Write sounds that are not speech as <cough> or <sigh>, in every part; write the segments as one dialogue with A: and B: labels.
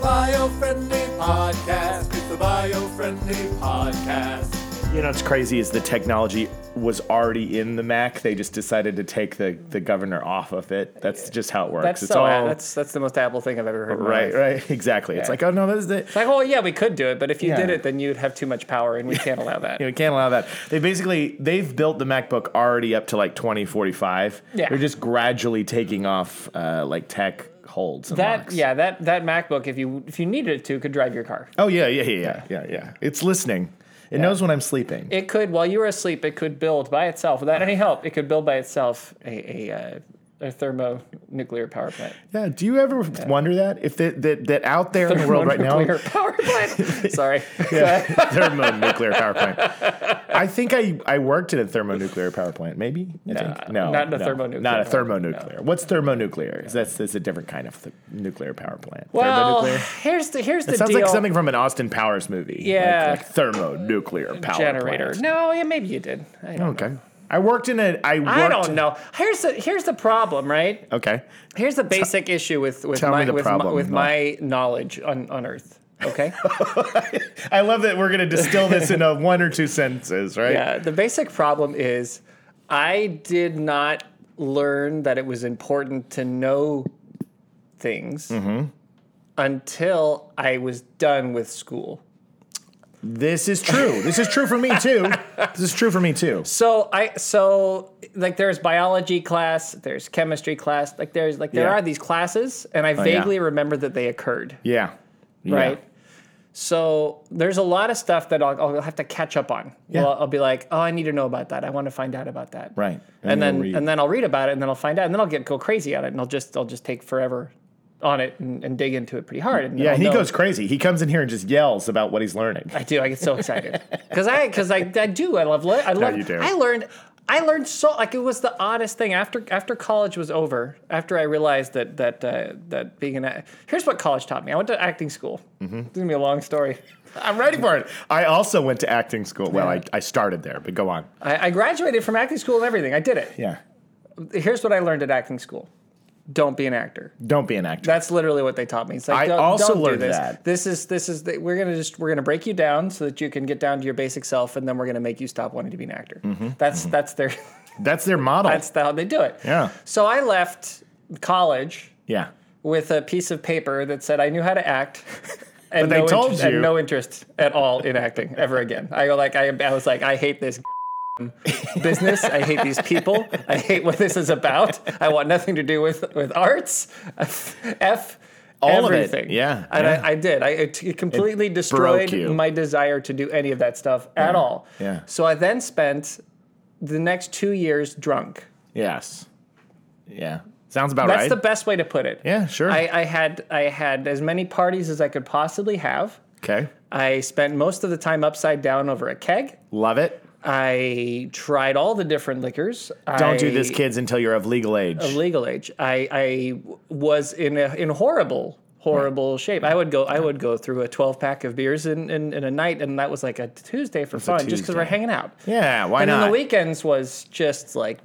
A: bio-friendly podcast. It's the bio-friendly podcast.
B: You know, what's crazy is the technology was already in the Mac. They just decided to take the, the governor off of it. That's just how it works.
C: That's
B: it's
C: so
B: all
C: that's that's the most Apple thing I've ever heard. in my
B: right,
C: life.
B: right, <laughs> exactly. It's
C: Yeah.
B: like, oh no, that's the
C: It's like, well, yeah, we could do it, but if you did
B: Yeah.
C: it, then you'd have too much power, and we can't allow
B: <laughs>
C: that.
B: you know, can't allow that. They basically they've built the MacBook already up to like twenty forty five.
C: Yeah.
B: they're just gradually taking off uh, like tech holds. And
C: That
B: locks.
C: yeah, that that MacBook, if you if you needed it to, could drive your car.
B: Oh yeah, yeah, yeah, yeah, yeah, yeah. It's listening. It knows when I'm sleeping.
C: It could, while you were asleep, it could build by itself without any help. It could build by itself a a, uh, a thermonuclear power plant.
B: yeah. Do you ever wonder that if that that, that out there in the world right now
C: Thermonuclear power plant. Sorry.
B: <laughs> thermonuclear power plant. I think I, I worked at a thermonuclear power plant. Maybe I think. no,
C: not
B: no,
C: a thermonuclear
B: Not a
C: power plant,
B: thermonuclear. What's thermonuclear? Is that's that's a different kind of th- nuclear power plant.
C: Well,
B: thermonuclear.
C: here's the here's the
B: Sounds
C: deal.
B: like something from an Austin Powers movie. Like-
C: Yeah.
B: like, thermonuclear power
C: generator.
B: plant.
C: No, yeah, maybe you did. I don't,
B: Okay. I worked in a. I, worked
C: I don't know. Here's the here's the problem, right?
B: Okay.
C: Here's the basic issue with with
B: tell me
C: my
B: the
C: with, my,
B: problem,
C: with
B: Mo.
C: my knowledge on on
B: <laughs>
C: Earth. Okay.
B: I love that we're gonna distill this into <laughs> one or two sentences, right?
C: Yeah, Uh, the basic problem is I did not learn that it was important to know things
B: Mm-hmm.
C: until I was done with school.
B: This is true. This is true for me too. This is true for me too.
C: So I so like there's biology class, there's chemistry class, like there's like there
B: Yeah. Oh,
C: are these classes and I
B: yeah.
C: vaguely remember that they occurred,
B: Yeah. Yeah.
C: right? So there's a lot of stuff that I'll, I'll have to catch up on.
B: Yeah.
C: Well, I'll be like, oh, I need to know about that. I want to find out about that.
B: Right. you'll
C: and then
B: read.
C: and then I'll read about it and then I'll find out and then I'll get go crazy on it and I'll just I'll just take forever on it and, and dig into it pretty hard. And then
B: Yeah,
C: I'll
B: he
C: know-
B: goes crazy. He comes in here and just yells about what he's
C: <laughs>
B: learning.
C: I do. I get so excited because I because I, I do. I love. le- I love.
B: you do.
C: I learned. I learned so like it was the oddest thing after after college was over. After I realized that that uh, that being an act- here's what college taught me. I went to acting school.
B: Mm-hmm.
C: It's gonna be a long story.
B: I'm ready for it. I also went to acting school. Well, I, I started there, but go on.
C: I, I graduated from acting school and everything. I did it.
B: Yeah.
C: Here's what I learned at acting school: don't be an actor.
B: Don't be an actor.
C: That's literally what they taught me. It's like,
B: I
C: don't,
B: also
C: don't
B: learned
C: do this.
B: that.
C: This is this is the, we're gonna just we're gonna break you down so that you can get down to your basic self, and then we're gonna make you stop wanting to be an actor.
B: Mm-hmm.
C: That's that's their
B: That's their model.
C: that's the, how they do it.
B: Yeah.
C: So I left college
B: yeah.
C: with a piece of paper that said I knew how
B: <laughs>
C: to act. And
B: they
C: no
B: told
C: interest, and
B: you.
C: no interest at all in acting ever again. I go like I, I was like I hate this <laughs> business. I hate these people. I hate what this is about. I want nothing to do with with arts. <laughs> F
B: All of it.
C: everything.
B: Yeah,
C: and
B: yeah.
C: I, I did. I it, it completely destroyed
B: you.
C: my desire to do any of that stuff at all.
B: yeah.
C: So I then spent the next two years drunk.
B: Yes. Yeah. Sounds about
C: That's
B: right.
C: the best way to put it.
B: yeah, sure.
C: I, I had I had as many parties as I could possibly have.
B: okay.
C: I spent most of the time upside down over a keg.
B: Love it.
C: I tried all the different liquors.
B: Don't
C: I-
B: do this, kids, until you're of legal age.
C: Legal age. I, I w- was in a, in horrible horrible shape. I would go I would go through a twelve pack of beers in, in, in a night, and that was like a Tuesday for fun, just because we're
B: Tuesday.
C: hanging out.
B: yeah, why
C: and
B: not?
C: then the weekends was just like,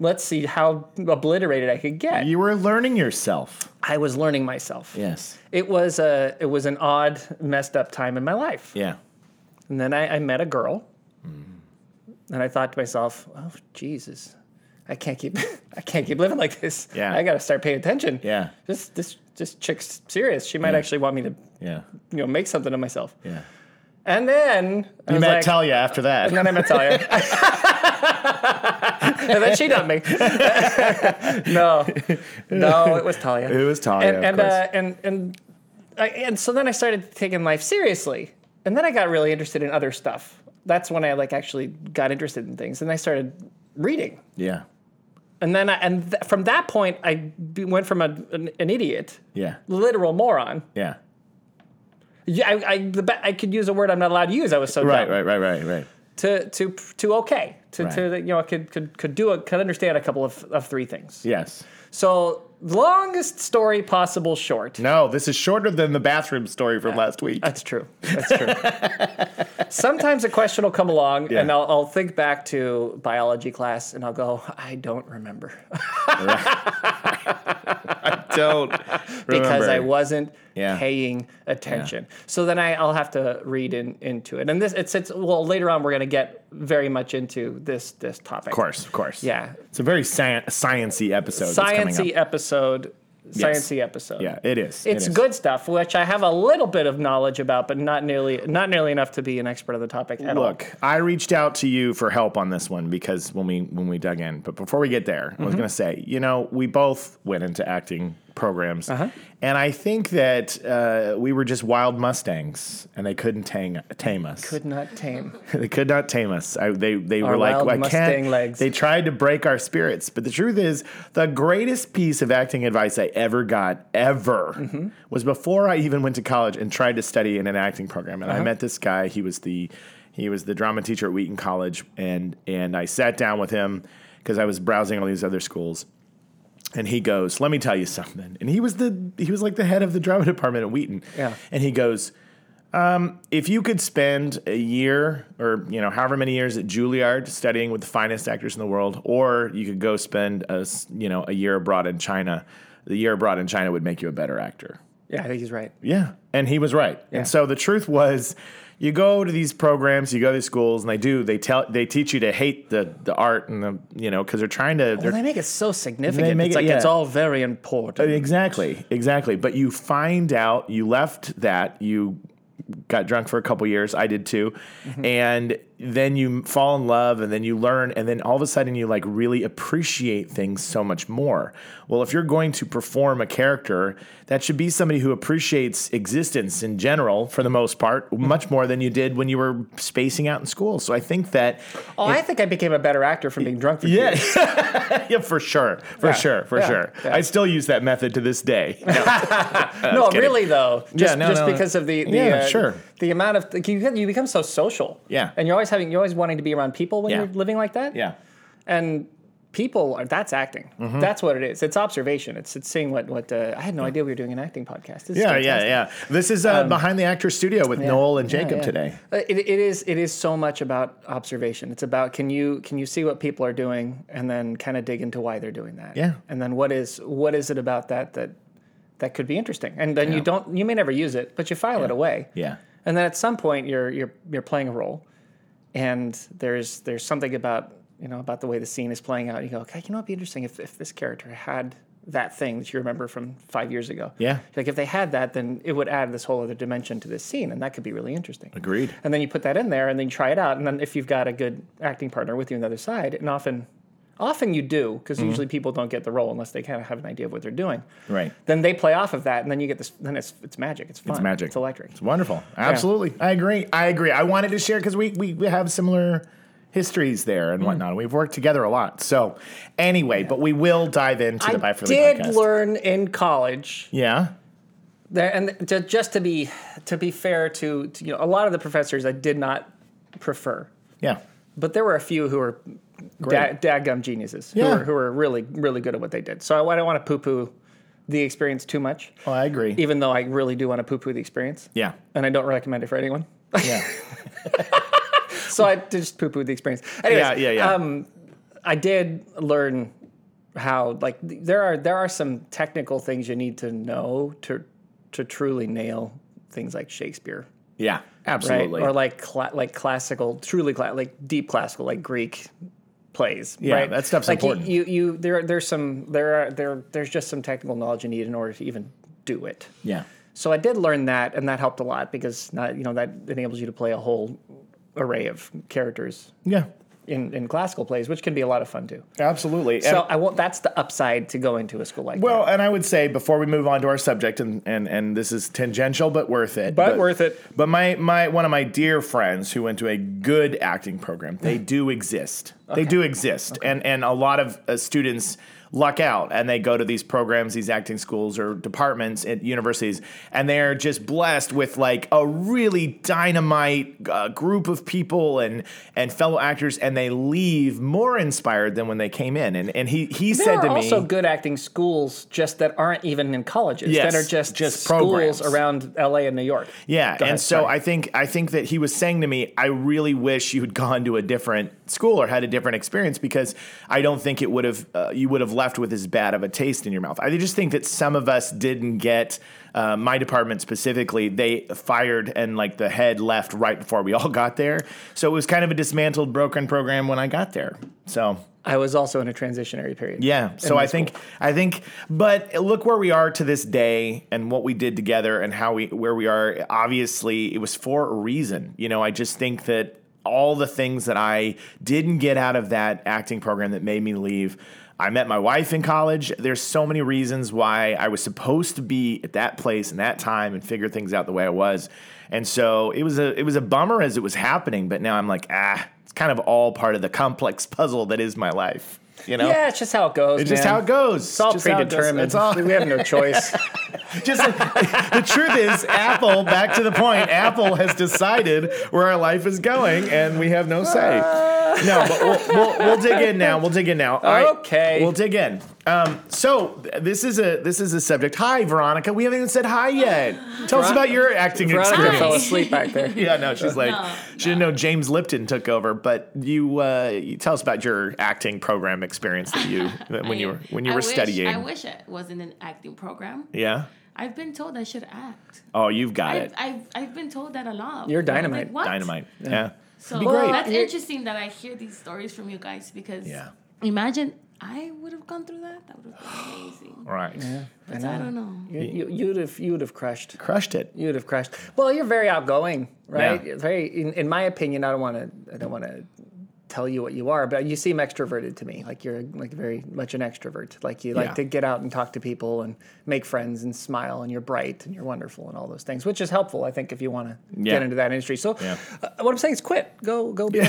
C: let's see how obliterated I could get.
B: you were learning yourself.
C: I was learning myself.
B: Yes.
C: It was a it was an odd, messed up time in my life.
B: Yeah.
C: And then I, I met a girl,
B: Mm-hmm.
C: and I thought to myself, "Oh Jesus, I can't keep <laughs> I can't keep living like this.
B: Yeah.
C: I got to start paying attention.
B: Yeah.
C: this this this chick's serious. She might actually want me to
B: Yeah.
C: you know make something of myself.
B: Yeah.
C: And then I
B: You
C: was
B: met
C: like,
B: Talia after that.
C: and then I met
B: <laughs>
C: Talia. <laughs> and then she dumped me. <laughs> no, no, it was Talia.
B: It was Talia,
C: And
B: Oh, of
C: and
B: course.
C: Uh, and and I, and so then I started taking life seriously, and then I got really interested in other stuff. That's when I like actually got interested in things, and I started reading.
B: yeah.
C: And then I, and th- from that point, I b- went from a, an, an idiot,
B: Yeah.
C: literal moron.
B: Yeah.
C: Yeah, I, I, the, ba- I could use a word I'm not allowed to use. I was so
B: Right,
C: dumb.
B: right, right, right, right.
C: to to to okay to,
B: Right.
C: to you know could could could do a could understand a couple of, of three things.
B: Yes.
C: So longest story possible short.
B: No, this is shorter than the bathroom story from last <laughs> week.
C: That's true. That's true. <laughs> Sometimes a question will come along, and
B: Yeah.
C: I'll, I'll think back to biology class, and I'll go, I don't remember.
B: <laughs> Don't.
C: because I
B: Remember.
C: wasn't
B: Yeah.
C: paying attention. So then I, I'll have to read in, into it. And this it's, it's well later on we're gonna get very much into this this topic.
B: Of cource, of course.
C: Yeah.
B: It's a very sci- sciency episode. that's coming up.
C: Sciency episode. Sciency episode.
B: Yeah, it is. It
C: It's
B: is.
C: good stuff, which I have a little bit of knowledge about, but not nearly not nearly enough to be an expert on the topic at all.
B: Look, I reached out to you for help on this one because when we when we dug in, but before we get there, I was going to say, you know, we both went into acting programs, and I think that uh, we were just wild mustangs, and they couldn't tang, tame us.
C: Could not tame.
B: they could not tame us. I, they they were like,
C: wild
B: I
C: Mustang
B: can't.
C: legs.
B: They tried to break our spirits, but the truth is, the greatest piece of acting advice I ever got ever
C: Mm-hmm.
B: was before I even went to college and tried to study in an acting program. And
C: Uh-huh.
B: I met this guy. He was the he was the drama teacher at Wheaton College, and and I sat down with him because I was browsing all these other schools. And he goes, "Let me tell you something." And he was the he was like the head of the drama <laughs> department at Wheaton.
C: Yeah.
B: And he goes, "Um, if you could spend a year or you know however many years at Juilliard studying with the finest actors in the world, or you could go spend a s- you know a year abroad in China, the year abroad in China would make you a better actor.
C: Yeah, I think he's right.
B: Yeah, and he was right.
C: Yeah.
B: And so the truth was, you go to these programs, you go to these schools, and they do they tell they teach you to hate the the art and the you know because they're trying to they're
C: Well, they make it so significant.
B: They make
C: it's
B: it-
C: like it's
B: yeah.
C: all very important.
B: Exactly, exactly. But you find out you left that you got drunk for a couple years. I did too,
C: Mm-hmm.
B: and then you fall in love, and then you learn, and then all of a sudden you like really appreciate things so much more. Well, if you're going to perform a character, that should be somebody who appreciates existence in general, for the most part,
C: Mm-hmm.
B: much more than you did when you were spacing out in school. So I think that
C: Oh, I think I became a better actor from being drunk for
B: <laughs>
C: two
B: yeah, yeah, for sure, for
C: Yeah,
B: sure, for
C: yeah,
B: sure.
C: yeah.
B: I still use that method to this day.
C: no,
B: kidding.
C: really though. Just,
B: no,
C: just
B: no.
C: because of the, the
B: Yeah,
C: uh,
B: sure.
C: the amount of like, you, get- you become so social.
B: Yeah.
C: and you're always having you're always wanting to be around people when
B: Yeah.
C: you're living like that.
B: yeah. Mm-hmm.
C: and people are that's acting. That's what it is. It's observation. It's it's seeing what what uh, I had no idea we were doing an acting podcast. This is
B: Yeah,
C: fantastic. Um,
B: yeah, yeah. This is uh, behind the actor's studio with Noel and
C: Yeah,
B: Jacob
C: yeah.
B: today.
C: Uh, It, it is it is so much about observation. It's about can you can you see what people are doing and then kind of dig into why they're doing that.
B: Yeah.
C: And then what is what is it about that that that could be interesting? And then you don't you may never use it, but you file it away.
B: Yeah,
C: And then at some point you're you're you're playing a role, and there's there's something about you know about the way the scene is playing out. You go, okay, you know, it'd be interesting if if this character had that thing that you remember from five years ago.
B: Yeah.
C: Like if they had that, then it would add this whole other dimension to this scene, and that could be really interesting.
B: agreed.
C: And then you put that in there, and then you try it out, and then if you've got a good acting partner with you on the other side, and often. Often you do, because
B: Mm-hmm.
C: usually people don't get the role unless they kind of have an idea of what they're doing.
B: Right.
C: Then they play off of that, and then you get this. Then it's it's magic. It's fun.
B: It's magic.
C: It's electric.
B: It's wonderful. Absolutely, I agree. I agree. I wanted to share because we, we we have similar histories there
C: Mm.
B: and whatnot. We've worked together a lot. So anyway, but we will dive into the
C: I
B: Bye for the
C: did
B: podcast.
C: learn in college
B: yeah,
C: there, and to, just to be to be fair to, to you know a lot of the professors I did not prefer,
B: yeah,
C: but there were a few who were da-
B: Great.
C: dadgum geniuses
B: Yeah.
C: who, were, who were really really good at what they did. So I, I don't want to poo poo the experience too much,
B: well, Oh, I agree.
C: even though I really do want to poo poo the experience, <laughs>
B: yeah,
C: and I don't recommend it for anyone.
B: yeah,
C: So I just poo poo the experience. Anyways, uh, um,
B: yeah, yeah, yeah.
C: I did learn how like th- there are there are some technical things you need to know to to truly nail things like Shakespeare,
B: yeah,
C: right?
B: absolutely.
C: Or like cla like classical, truly cla- like deep classical, like Greek plays.
B: Yeah,
C: right?
B: that stuff's
C: like you-
B: important.
C: You, you there there's some there are there there's just some technical knowledge you need in order to even do it.
B: yeah,
C: So I did learn that, and that helped a lot because not you know that enables you to play a whole array of characters
B: yeah,
C: in in classical plays, which can be a lot of fun too.
B: absolutely. And-
C: So I won't. That's the upside to going to a school like
B: Well, and I would say before we move on to our subject, and and, and this is tangential but worth it.
C: But worth it.
B: But my my one of my dear friends who went to a good acting program,
C: <laughs>
B: they do exist. They do exist, and and a lot of uh, students luck out and they go to these programs, these acting schools or departments at universities, and they are just blessed with like a really dynamite uh, group of people and and fellow actors, and they leave more inspired than when they came in. And and he he
C: that. There
B: said
C: are
B: to me,
C: also good acting schools just that aren't even in colleges
B: Yes,
C: that are just
B: just programs.
C: schools around LA and New York.
B: Yeah,
C: Go
B: and
C: ahead,
B: so
C: sorry.
B: I think I think that he was saying to me, I really <laughs> wish you had gone to a different school or had a different experience because I don't think it would have uh, you would have left with as bad of a taste in your mouth. I just think that some of us didn't get uh, my department specifically. They fired and like the head left right before we all <laughs> got there, so it was kind of a dismantled, broken program when I got there. So
C: I was also in a transitionary period.
B: yeah, so I think I think, but look where we are to this day and what we did together and how we where we are. Obviously, it was for a reason. You know, I just think that all the things that I didn't get out of that acting program that made me leave. I met my wife in college. There's so many reasons why I was supposed to be at that place and that time and figure things out the way I was. And so it was a it was a bummer as it was happening, but now I'm like, ah, it's kind of all part of the complex <laughs> puzzle that is my life. You know?
C: Yeah, it's just how it goes.
B: It's just how it goes.
C: It's all predetermined.
B: It's
C: <laughs>
B: all
C: we have
B: <laughs>
C: no choice.
B: just the truth is Apple. Back to the point. Apple has decided where our life is going, and we have no say.
C: Ah.
B: No, but we'll, we'll, we'll dig in now. We'll dig in now. All right.
C: Okay.
B: We'll dig in. Um, so th- this is a this is a subject. Hi, Veronica. We haven't even said hi yet. Tell us about your acting
C: Veronica fell
B: experience.
C: asleep back there.
B: <laughs> Yeah, no, she's like she didn't know James Lipton took over. But you, uh, you tell us about your acting program experience that you that when you were when you
D: I
B: were
D: wish-
B: studying.
D: I wish it wasn't an acting program.
B: yeah.
D: I've been told I should act.
B: Oh, you've got
D: I've,
B: it.
D: I've, I've been told that a lot.
C: You're
D: I'm like,
C: dynamite.
D: what?
B: Dynamite. Yeah.
D: So
B: Be great.
D: that's
C: You're-
D: interesting that I hear these stories from you guys because
B: Yeah.
D: imagine I would have gone through that. That would have
B: <gasps>
D: been amazing.
B: All right.
D: So I don't know.
C: You, you, you'd have you would have crushed.
B: Crushed it.
C: You would have crushed. Well, you're very outgoing, right?
B: Yeah.
C: Very, in, in my opinion, I don't want to. I don't want to tell you what you are, but you seem extroverted to me. Like you're like very much an extrovert. Like you
B: Yeah.
C: like to get out and talk to people and make friends and smile, and you're bright and you're wonderful and all those things, which is helpful, I think, if you want to
B: Yeah.
C: get into that industry. So,
B: Yeah.
C: uh, what I'm saying is, quit. Go, go. be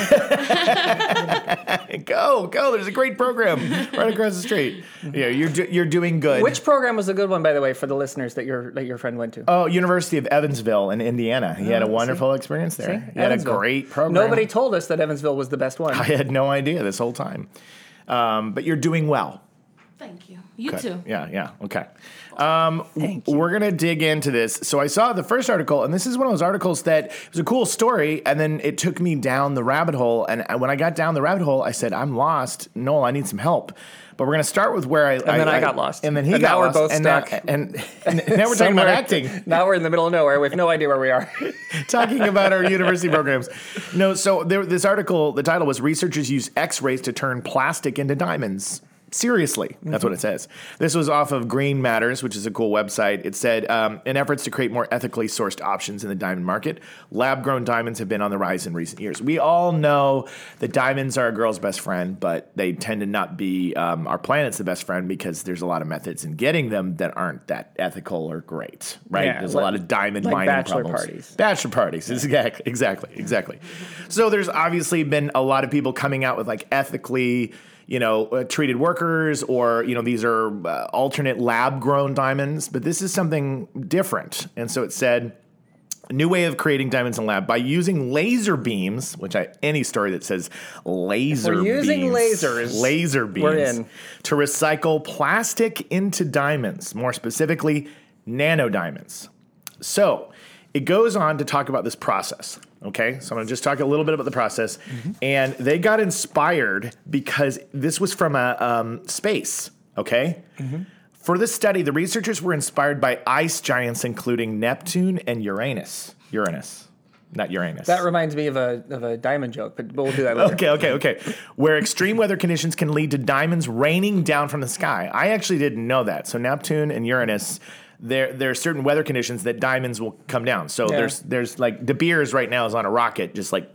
B: Go, go. There's a great
C: <laughs>
B: program right across the street. Yeah, you're do, you're doing good.
C: Which program was a good one, by the way, for the listeners that your that your friend went to?
B: Oh, University of Evansville in Indiana. He had a wonderful experience there.
C: Oh, See?
B: He had a
C: Evansville.
B: great program.
C: Nobody told us that Evansville was the best <laughs>
B: <laughs>
C: one.
B: I had no idea this whole time. Um, but you're doing well.
D: Thank you. You
B: Okay.
D: too.
B: Yeah, yeah. Okay. Um, We're going to dig into this. So I saw the first article, and this is one of those articles that it was a cool story, and then it took me down the rabbit hole. And I- when I got down the rabbit hole, I said, I'm lost. Noel, I need some help. But we're going to start with where I. And
C: then I got lost.
B: And then he
C: And
B: got
C: now we're
B: lost,
C: both
B: and now-
C: stuck.
B: and, <laughs> and now we're talking about
C: Somewhere-
B: acting
C: <laughs> Now we're in the middle of nowhere. We have no idea where we are. <laughs>
B: <laughs> talking about our university programs. No, so there, this article, the title was Researchers Use X rays to Turn Plastic into Diamonds. Seriously, that's what it says. This was off of Green Matters, which is a cool website. It said, um, in efforts to create more ethically sourced options in the diamond market, lab grown diamonds have been on the rise in recent years. We all know that diamonds are a girl's best friend, but they tend to not be um, our planet's the best friend because there's a lot of methods in getting them that aren't that ethical or great, right?
C: Yeah,
B: there's a
C: like-
B: lot of diamond
C: like
B: mining
C: bachelor
B: problems.
C: parties.
B: Bachelor parties, exactly, exactly, exactly. So there's obviously been a lot of people coming out with like ethically, you know, uh, treated workers, or you know, these are uh, alternate lab-grown diamonds, but this is something different. And so it said. A new way of creating diamonds in lab by using laser beams, which I any story that says laser
C: we're using
B: beams,
C: lasers,
B: laser beams
C: we're in.
B: to recycle plastic into diamonds, more specifically nano diamonds. So it goes on to talk about this process. Okay, so I'm gonna just talk a little bit about the process.
C: Mm-hmm.
B: And they got inspired because this was from a um, space. Okay.
C: Mm-hmm.
B: For this study, the researchers were inspired by ice giants including Neptune and Uranus. Uranus, not Uranus.
C: That reminds me of a of a diamond joke, but we'll do that later.
B: Okay, okay, okay. Where extreme weather conditions can lead to diamonds raining down from the sky. I actually didn't know that. So Neptune and Uranus, there there are certain weather conditions that diamonds will come down. So
C: Yeah.
B: there's there's like De Beers right now is on a rocket, just like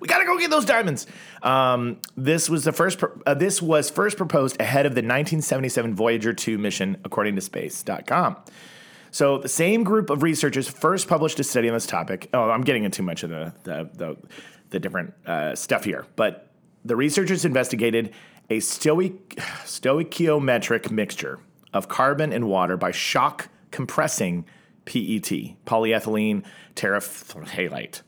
B: we gotta go get those diamonds. Um, this was the first. Pro- uh, this was first proposed ahead of the 1977 Voyager 2 mission, according to Space.com. So the same group of researchers first published a study on this topic. Oh, I'm getting into too much of the the, the, the different uh, stuff here, but the researchers investigated a stoic, <sighs> stoichiometric mixture of carbon and water by shock compressing PET, E polyethylene terephthalate.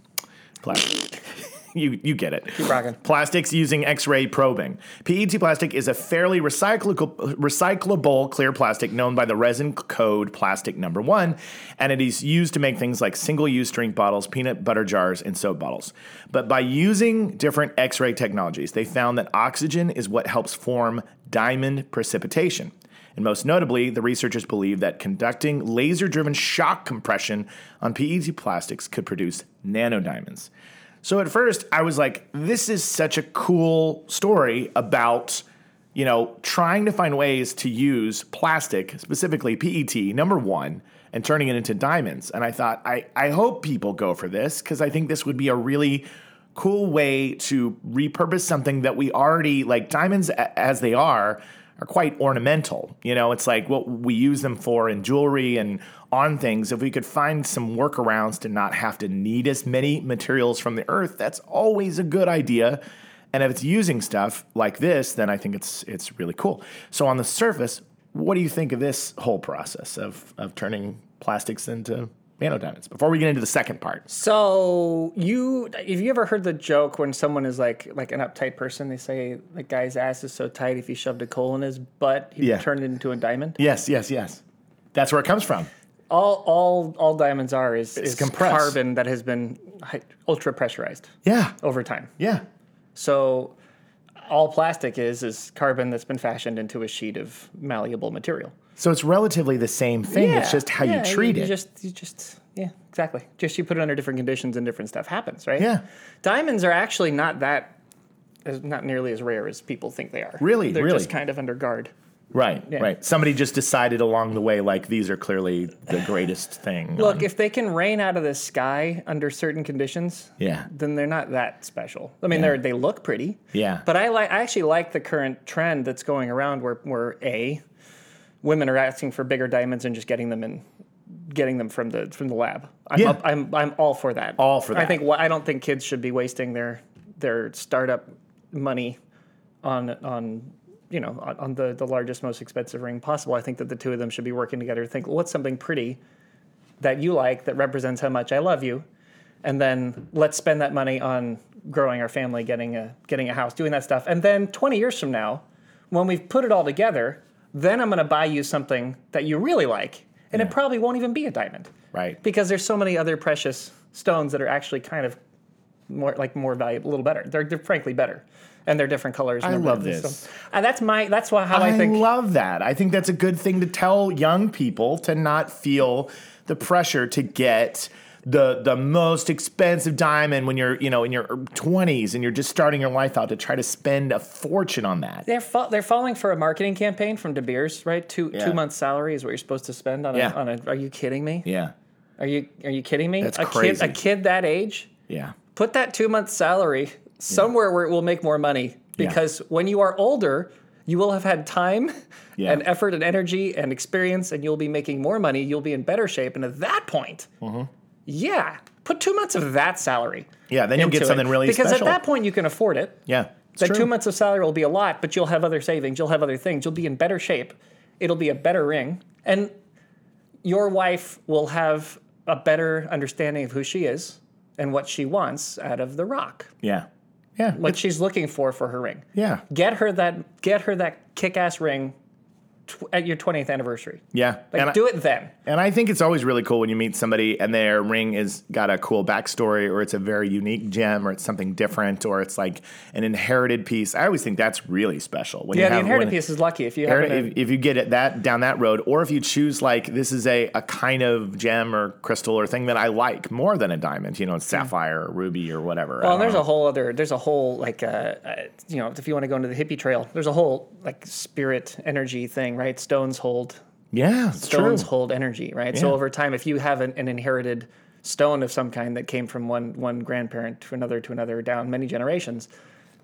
B: Plastic. <laughs> you you get it.
C: rocking.
B: Plastics using X-ray probing. PET plastic is a fairly recyclable, recyclable clear plastic known by the resin code plastic number one, and it is used to make things like single-use drink bottles, peanut butter jars, and soap bottles. But by using different X-ray technologies, they found that oxygen is what helps form diamond precipitation. And most notably, the researchers believe that conducting laser driven shock compression on PET plastics could produce nanodiamonds. So at first, I was like, this is such a cool story about, you know, trying to find ways to use plastic, specifically PET, number one, and turning it into diamonds. And I thought, I, I hope people go for this because I think this would be a really cool way to repurpose something that we already like diamonds a- as they are are quite ornamental you know it's like what we use them for in jewelry and on things if we could find some workarounds to not have to need as many materials from the earth that's always a good idea and if it's using stuff like this then i think it's it's really cool so on the surface what do you think of this whole process of of turning plastics into nanodiamonds before we get into the second part
C: So you, have you ever heard the joke when someone is like, like an uptight person, they say the guy's ass is so tight if you shoved a coal in his butt, he'd
B: Yeah.
C: turn it into a diamond.
B: Yes, yes, yes. That's where it comes from.
C: All, all, all diamonds are is, is
B: compressed.
C: carbon that has been hy- ultra pressurized
B: Yeah.
C: over time.
B: Yeah.
C: So all plastic is is carbon that's been fashioned into a sheet of malleable material.
B: So it's relatively the same thing. it's just how
C: yeah,
B: you treat
C: you
B: it.
C: Just you just yeah, exactly. Just you put it under different conditions and different stuff happens, right?
B: Yeah.
C: Diamonds are actually not that is not nearly as rare as people think they are.
B: Really?
C: They're
B: Really?
C: just kind of under guard.
B: right, right. Somebody just decided along the way, like, these are clearly the greatest thing.
C: Look,
B: on-
C: if they can rain out of the sky under certain conditions,
B: yeah.
C: then they're not that special. I mean, they're they look pretty.
B: Yeah.
C: But I like I actually like the current trend that's going around where where a women are asking for bigger diamonds and just getting them in getting them from the from the lab. I'm
B: Yeah.
C: up, I'm I'm all for that.
B: All for
C: I
B: that.
C: think wh- I don't think kids should be wasting their their startup money on on you know on, on the the largest most expensive ring possible. I think that the two of them should be working together. to Think what's something pretty that you like that represents how much I love you, and then let's spend that money on growing our family, getting a getting a house, doing that stuff. And then 20 years from now, when we've put it all together, then I'm going to buy you something that you really like, and it probably won't even be a diamond,
B: Right.
C: Because there's so many other precious stones that are actually kind of more like more valuable, a little better. They're, they're frankly better, and they're different colors. and
B: I
C: they're
B: love
C: different
B: this.
C: stones. And that's my that's why how I,
B: I,
C: think.
B: love that. I think that's a good thing to tell young people to not feel the pressure to get the the most expensive diamond when you're you know in your 20s and you're just starting your life out to try to spend a fortune on that.
C: They're fa- they're falling for a marketing campaign from De Beers, right? Two
B: Yeah.
C: two months salary is what you're supposed to spend on a,
B: Yeah.
C: on a. Are you kidding me?
B: Yeah.
C: Are you are you kidding me?
B: That's
C: a
B: crazy.
C: kid a kid that age,
B: Yeah.
C: put that two month salary somewhere where it will make more money
B: Yeah.
C: because when you are older, you will have had time
B: Yeah.
C: and effort and energy and experience, and you'll be making more money. You'll be in better shape, and at that point,
B: Mm-hmm.
C: yeah, put two months of that salary.
B: Yeah, then you'll get
C: into it.
B: something really
C: because
B: special.
C: at that point you can afford it.
B: Yeah. it's
C: That
B: true.
C: two months of salary will be a lot, but you'll have other savings. You'll have other things. You'll be in better shape. It'll be a better ring. And your wife will have a better understanding of who she is and what she wants out of the rock,
B: Yeah. Yeah.
C: what she's looking for for her ring.
B: yeah.
C: Get her that get her that kick-ass ring tw- at your 20th anniversary.
B: Yeah.
C: Like
B: and,
C: do
B: I,
C: it then.
B: and I think it's always really cool when you meet somebody and their ring is got a cool backstory or it's a very unique gem or it's something different or it's like an inherited piece. I always think that's really special. When
C: Yeah,
B: you
C: the
B: have,
C: inherited
B: when-
C: piece is lucky if you
B: inherit-
C: happen to
B: if, if you get it that down that road, or if you choose like this is a, a kind of gem or crystal or thing that I like more than a diamond, you know, sapphire or ruby or whatever. Um, I
C: Well,
B: don't
C: and there's
B: know.
C: a whole other, there's a whole like, uh, uh, you know, if you want to go into the hippie trail, there's a whole like spirit energy thing, right? Stones hold,
B: yeah, it's true.
C: stones hold energy, right? So
B: Yeah.
C: over time, if you have an, an inherited stone of some kind that came from one one grandparent to another to another down many generations,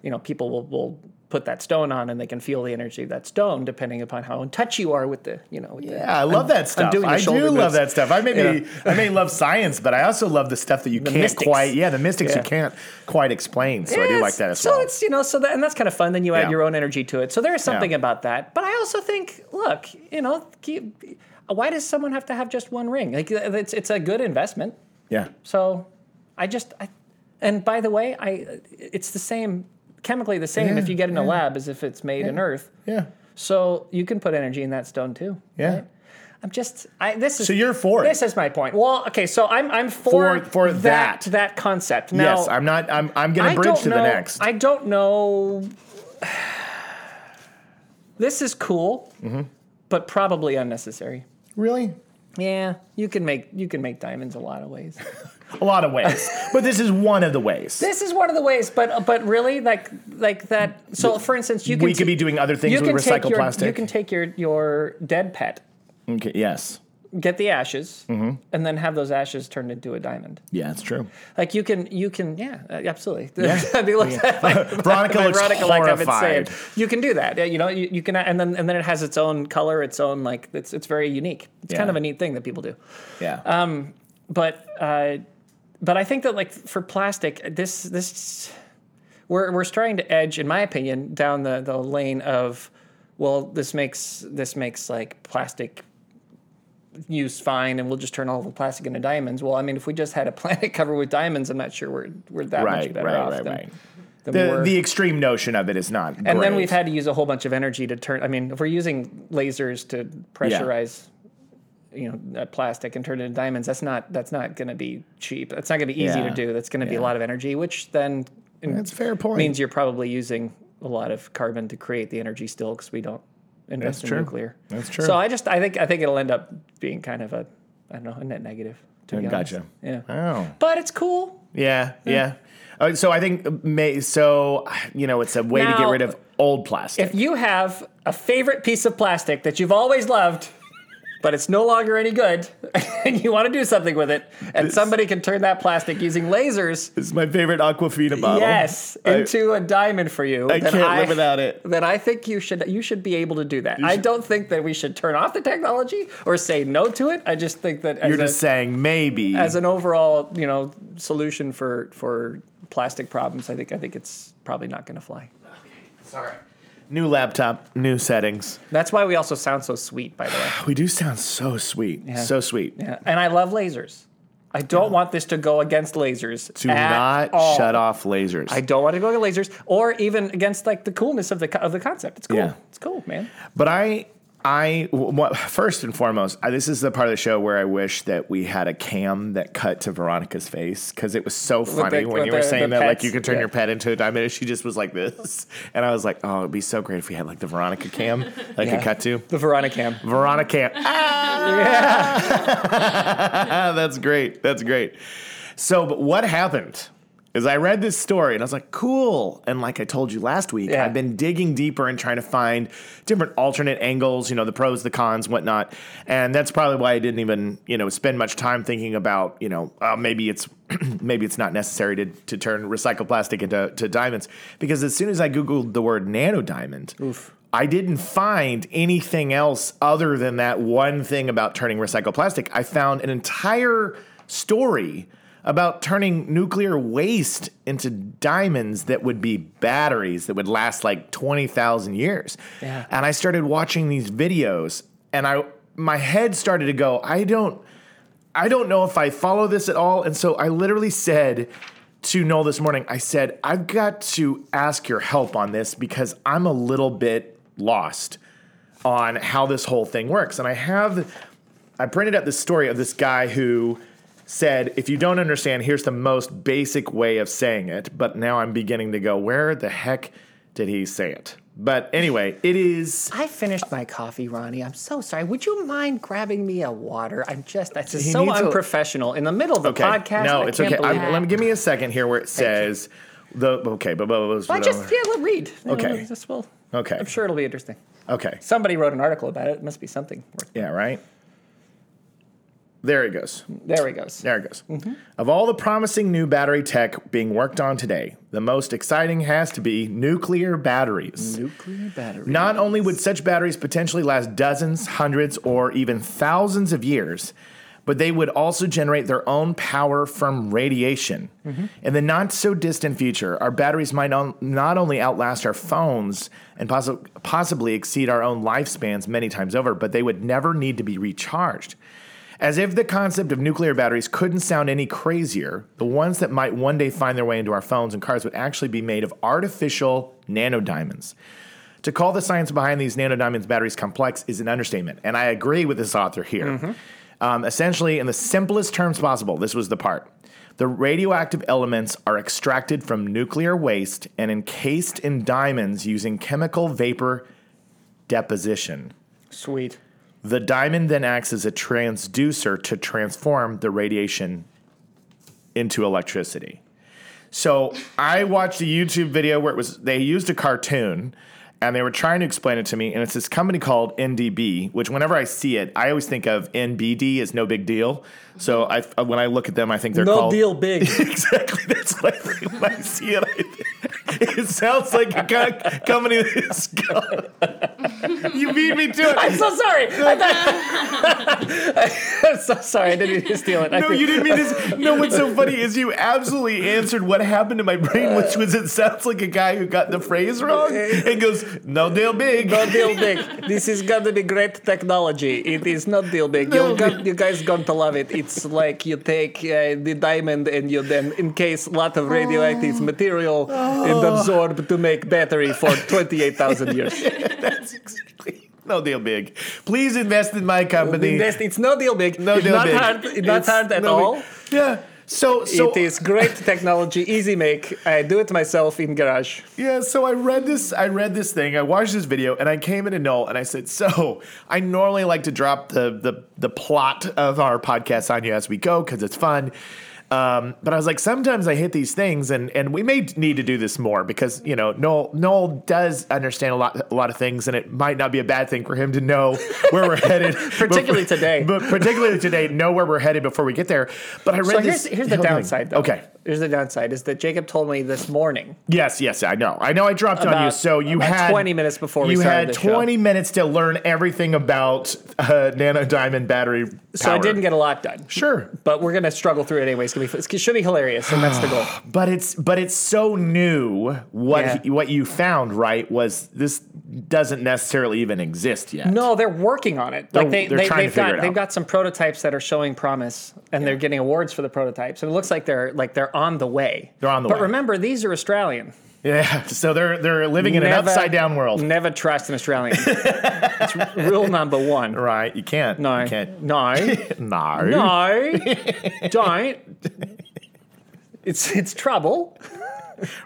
C: you know, people will will put that stone on and they can feel the energy of that stone depending upon how in touch you are with the, you know, with the-
B: Yeah, I love that stuff.
C: doing the
B: I
C: shoulder
B: do love
C: moves.
B: that stuff. I may be,
C: Yeah.
B: I may love science, but I also love the stuff that you can't
C: mystics.
B: quite. Yeah, the mystics
C: Yeah.
B: you can't quite explain. So I do
C: Yes.
B: like that as
C: so
B: well.
C: it's you know so that and that's kind of fun. Then you add
B: Yeah.
C: your own energy to it. So there is something about that. But I also think, look, you know, keep, why does someone have to have just one ring? Like uh, it's it's a good investment.
B: yeah,
C: So I just I, and by the way, I it's the same chemically the same if
B: Yeah,
C: you get in a lab as if it's made in Earth.
B: yeah,
C: So you can put energy in that stone too.
B: yeah.
C: I'm just I this is
B: So you're for it.
C: This is my point. Well, okay, so I'm I'm for
B: For- for
C: that
B: that.
C: that concept. Now,
B: yes, I'm not. I'm. I'm going
C: I
B: to bridge
C: don't
B: to
C: know,
B: the next.
C: I don't know. This is cool,
B: Mm-hmm.
C: but probably unnecessary.
B: Really?
C: Yeah, you can make you can make diamonds a lot of ways.
B: A lot of ways, but this is one of the ways.
C: <laughs> this is one of the ways, but but really, like like that. So, for instance, you can
B: we could
C: t-
B: be doing other things
C: you
B: with
C: can take
B: recycled
C: your,
B: plastic.
C: You can take your your dead pet,
B: okay, yes.
C: get the ashes,
B: Mm-hmm.
C: and then have those ashes turned into a diamond.
B: Yeah, it's
C: <laughs>
B: true.
C: Like you can, you can, yeah, uh, absolutely. <laughs> I mean, look,
B: Veronica looks
C: Veronica, like I've been saying,
B: horrified.
C: you can do that. Yeah, You know, you, you can, and then and then it has its own color, its own like it's it's very unique. It's kind
B: Yeah.
C: of a neat thing that people do.
B: Yeah.
C: um, But uh, but I think that like for plastic, this this we're we're starting to edge, in my opinion, down the the lane of well, this makes this makes like plastic use fine and we'll just turn all the plastic into diamonds well i mean if we just had a <laughs> planet covered with diamonds i'm not sure we're, we're that much
B: right, right,
C: better off
B: right,
C: than-
B: right.
C: than we
B: The,
C: were.
B: the extreme notion of it is not.
C: And then we've had to use a whole bunch of energy to turn. I mean, if we're using lasers to pressurize, you know, that plastic and turn it into diamonds, that's not that's not going to be cheap. That's not going to be easy
B: Yeah.
C: to do. That's going to be
B: Yeah.
C: a lot of energy, which then in-
B: That's a fair point.
C: means you're probably using a lot of carbon to create the energy still because we don't invest
B: That's
C: in
B: true.
C: nuclear.
B: That's true.
C: So I just I think I think it'll end up being kind of a I don't know a net negative. To be honest.
B: Gotcha.
C: Yeah.
B: Wow.
C: But it's cool.
B: Yeah,
C: Hmm.
B: yeah. Uh, so I think may, so you know it's a way to get
C: Now-
B: rid of old plastic.
C: If you have a favorite piece of plastic that you've always loved, but it's no longer any good, <laughs> and you want to do something with it, and somebody can turn that plastic using lasers,
B: it's my favorite Aquafina bottle.
C: yes, into a diamond for you.
B: I
C: then
B: can't live without it.
C: Then I think you should you should be able to do that. I don't think that we should turn off the technology or say no to it. I just think that as
B: You're
C: a,
B: just saying maybe.
C: as an overall, you know, solution for for plastic problems, I think I think it's probably not going to fly.
B: new laptop, new settings.
C: That's why we also sound so sweet, by the way.
B: We do sound so sweet, so sweet.
C: Yeah, and I love lasers. I don't want this to go against lasers.
B: Do
C: at
B: not
C: all.
B: shut off lasers.
C: I don't want to go against lasers, or even against like the coolness of the co- of the concept. It's cool.
B: Yeah.
C: It's cool, man.
B: But I, I w- w- first and foremost, I, this is the part of the show where I wish that we had a cam that cut to Veronica's face because it was so funny
C: the-
B: when
C: with
B: you were
C: the-
B: saying
C: the
B: that, like
C: pets,
B: you could turn
C: yeah.
B: your pet into a diamond, and she just was like this, and I was like, oh, it'd be so great if we had like the Veronica
C: <laughs>
B: cam that I could cut to.
C: The Veronicam. <laughs>
B: Veronica. Ah! <laughs> That's great. That's great. So, but what happened is I read this story and I was like, cool. And like I told you last week,
C: Yeah.
B: I've been digging deeper and trying to find different alternate angles, you know, the pros, the cons, whatnot. And that's probably why I didn't even, you know, spend much time thinking about, you know, uh, maybe it's <clears throat> maybe it's not necessary to, to turn recycled plastic into to diamonds. Because as soon as I Googled the word nano diamond, I didn't find anything else other than that one thing about turning recycled plastic. I found an entire story about turning nuclear waste into diamonds that would be batteries that would last like 20,000 years.
C: Yeah.
B: And I started watching these videos and I my head started to go, I don't I don't know if I follow this at all. And so I literally said to Noel this morning, I said, I've got to ask your help on this because I'm a little bit lost on how this whole thing works. And I have, I printed out this story of this guy who said, if you don't understand, here's the most basic way of saying it. But now I'm beginning to go, where the heck did he say it? But anyway, it is.
C: I finished my coffee, Ronnie. I'm so sorry. Would you mind grabbing me a water? I'm just that's just
B: He
C: so
B: needs a-
C: unprofessional in the middle of the
B: Okay.
C: podcast.
B: No,
C: I
B: it's
C: can't
B: okay.
C: believe
B: I'm,
C: it.
B: let me give me a second here where it
C: you.
B: says the okay, but but-
C: I
B: but-
C: just yeah, let read.
B: Okay.
C: Just will.
B: Okay.
C: I'm sure it'll be interesting.
B: okay.
C: Somebody wrote an article about it. It must be something.
B: Yeah, right. There it goes.
C: There he goes.
B: There it goes.
C: Mm-hmm.
B: Of all the promising new battery tech being worked on today, the most exciting has to be nuclear batteries.
C: Nuclear battery.
B: Not only would such batteries potentially last dozens, hundreds, or even thousands of years, but they would also generate their own power from radiation. In the not so distant future, our batteries might on- not only outlast our phones and possi- possibly exceed our own lifespans many times over, but they would never need to be recharged. As if the concept of nuclear batteries couldn't sound any crazier, the ones that might one day find their way into our phones and cars would actually be made of artificial nanodiamonds. To call the science behind these nanodiamonds batteries complex is an understatement, and I agree with this author here. Um, essentially, in the simplest terms possible, this was the part. The radioactive elements are extracted from nuclear waste and encased in diamonds using chemical vapor deposition.
C: Sweet.
B: The diamond then acts as a transducer to transform the radiation into electricity. So I watched a YouTube video where it was they used a cartoon and they were trying to explain it to me, and it's this company called NDB, which whenever I see it, I always think of NBD as no big deal. So I, uh, when I look at them, I think they're
C: No
B: called
C: deal
B: <laughs>
C: big.
B: exactly. That's what I think when I see it. I think. It sounds like a kind of company that's called. <laughs> You beat me to it.
C: I'm so sorry. I thought- <laughs> I'm so sorry. I didn't mean to steal it. I
B: No,
C: think-
B: you didn't mean this. No, what's so funny is you absolutely answered what happened to my brain, which was it sounds like a guy who got the phrase wrong and goes, no deal big.
C: No deal big. This is gonna be great technology. It is not deal big.
B: No.
C: You're gon- you guys going to love it. It's like you take uh, the diamond and you then encase a lot of radioactive material and absorb to make battery for 28,000 <laughs> years.
B: That's exactly. No deal big. Please invest in my company.
C: Invest- it's no deal big.
B: No
C: it's
B: deal
C: not
B: big.
C: Hard, it's not
B: It's
C: hard at
B: no big-
C: all.
B: Yeah. So, so
C: it is great technology, easy make. I do it myself in garage.
B: Yeah, so I read this. I read this thing. I watched this video, and I came in a null, and I said, "So I normally like to drop the the the plot of our podcast on you as we go because it's fun." Um, but I was like, sometimes I hit these things, and and we may need to do this more because you know Noel Noel does understand a lot a lot of things, and it might not be a bad thing for him to know where
C: <laughs>
B: we're headed,
C: Particularly today.
B: But particularly today, know where we're headed before we get there. But I read
C: So
B: this.
C: here's, here's the
B: whole thing.
C: downside, though.
B: Okay.
C: Here's the downside is that Jacob told me this morning
B: Yes, yes, I know. I know I dropped on you.
C: About-
B: So you
C: about
B: had
C: 20 minutes before we
B: you had
C: started the show.
B: 20 minutes to learn everything about uh, nano diamond battery. Power.
C: So I didn't get a lot done.
B: sure,
C: But we're gonna struggle through it anyways. It's gonna be, it should be hilarious, and that's the
B: <sighs>
C: goal.
B: but it's but it's so new. What
C: Yeah.
B: he- what you found right was this doesn't necessarily even exist yet.
C: No, they're working on it.
B: They're-
C: Like they,
B: they're
C: they,
B: trying to
C: have
B: figure
C: got
B: it out.
C: they've got some prototypes that are showing promise, and they're getting awards for the prototypes. And it looks like they're like they're on the way.
B: They're on the
C: but
B: way.
C: But remember, these are Australian.
B: <laughs> Yeah, so they're they're living in an
C: Never-
B: upside down world.
C: Never trust an Australian. That's rule number one.
B: <laughs> right, you can't.
C: No,
B: you can't. <laughs>
C: no,
B: No. <laughs>
C: no, don't. It's it's trouble.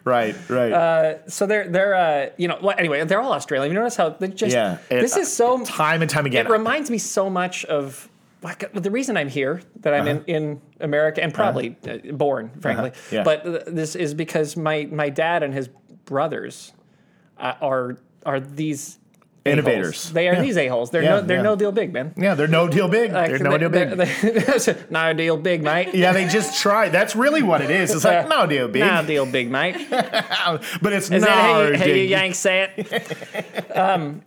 B: Right, right.
C: Uh, So they're they're uh, you know well, anyway they're all Australian. You notice how they just
B: yeah. uh, and-
C: this is so
B: time and time again.
C: it reminds me so much of like, uh, the reason I'm here that
B: Uh-huh.
C: I'm in, in America and probably uh born, frankly.
B: Yeah.
C: But th- this is because my my dad and his brothers uh, are are these a-holes.
B: Innovators.
C: They are these a holes. They're
B: Yeah,
C: no they're
B: yeah.
C: no deal big man.
B: yeah, they're no deal big.
C: Like,
B: they're no deal big.
C: Uh, <laughs> they're- no deal big,
B: <laughs>
C: mate.
B: yeah, they just try. That's really what it is. It's like no deal big.
C: No deal big, mate.
B: but it's
C: Is
B: not
C: that how you, how you Yanks say it? <laughs> um,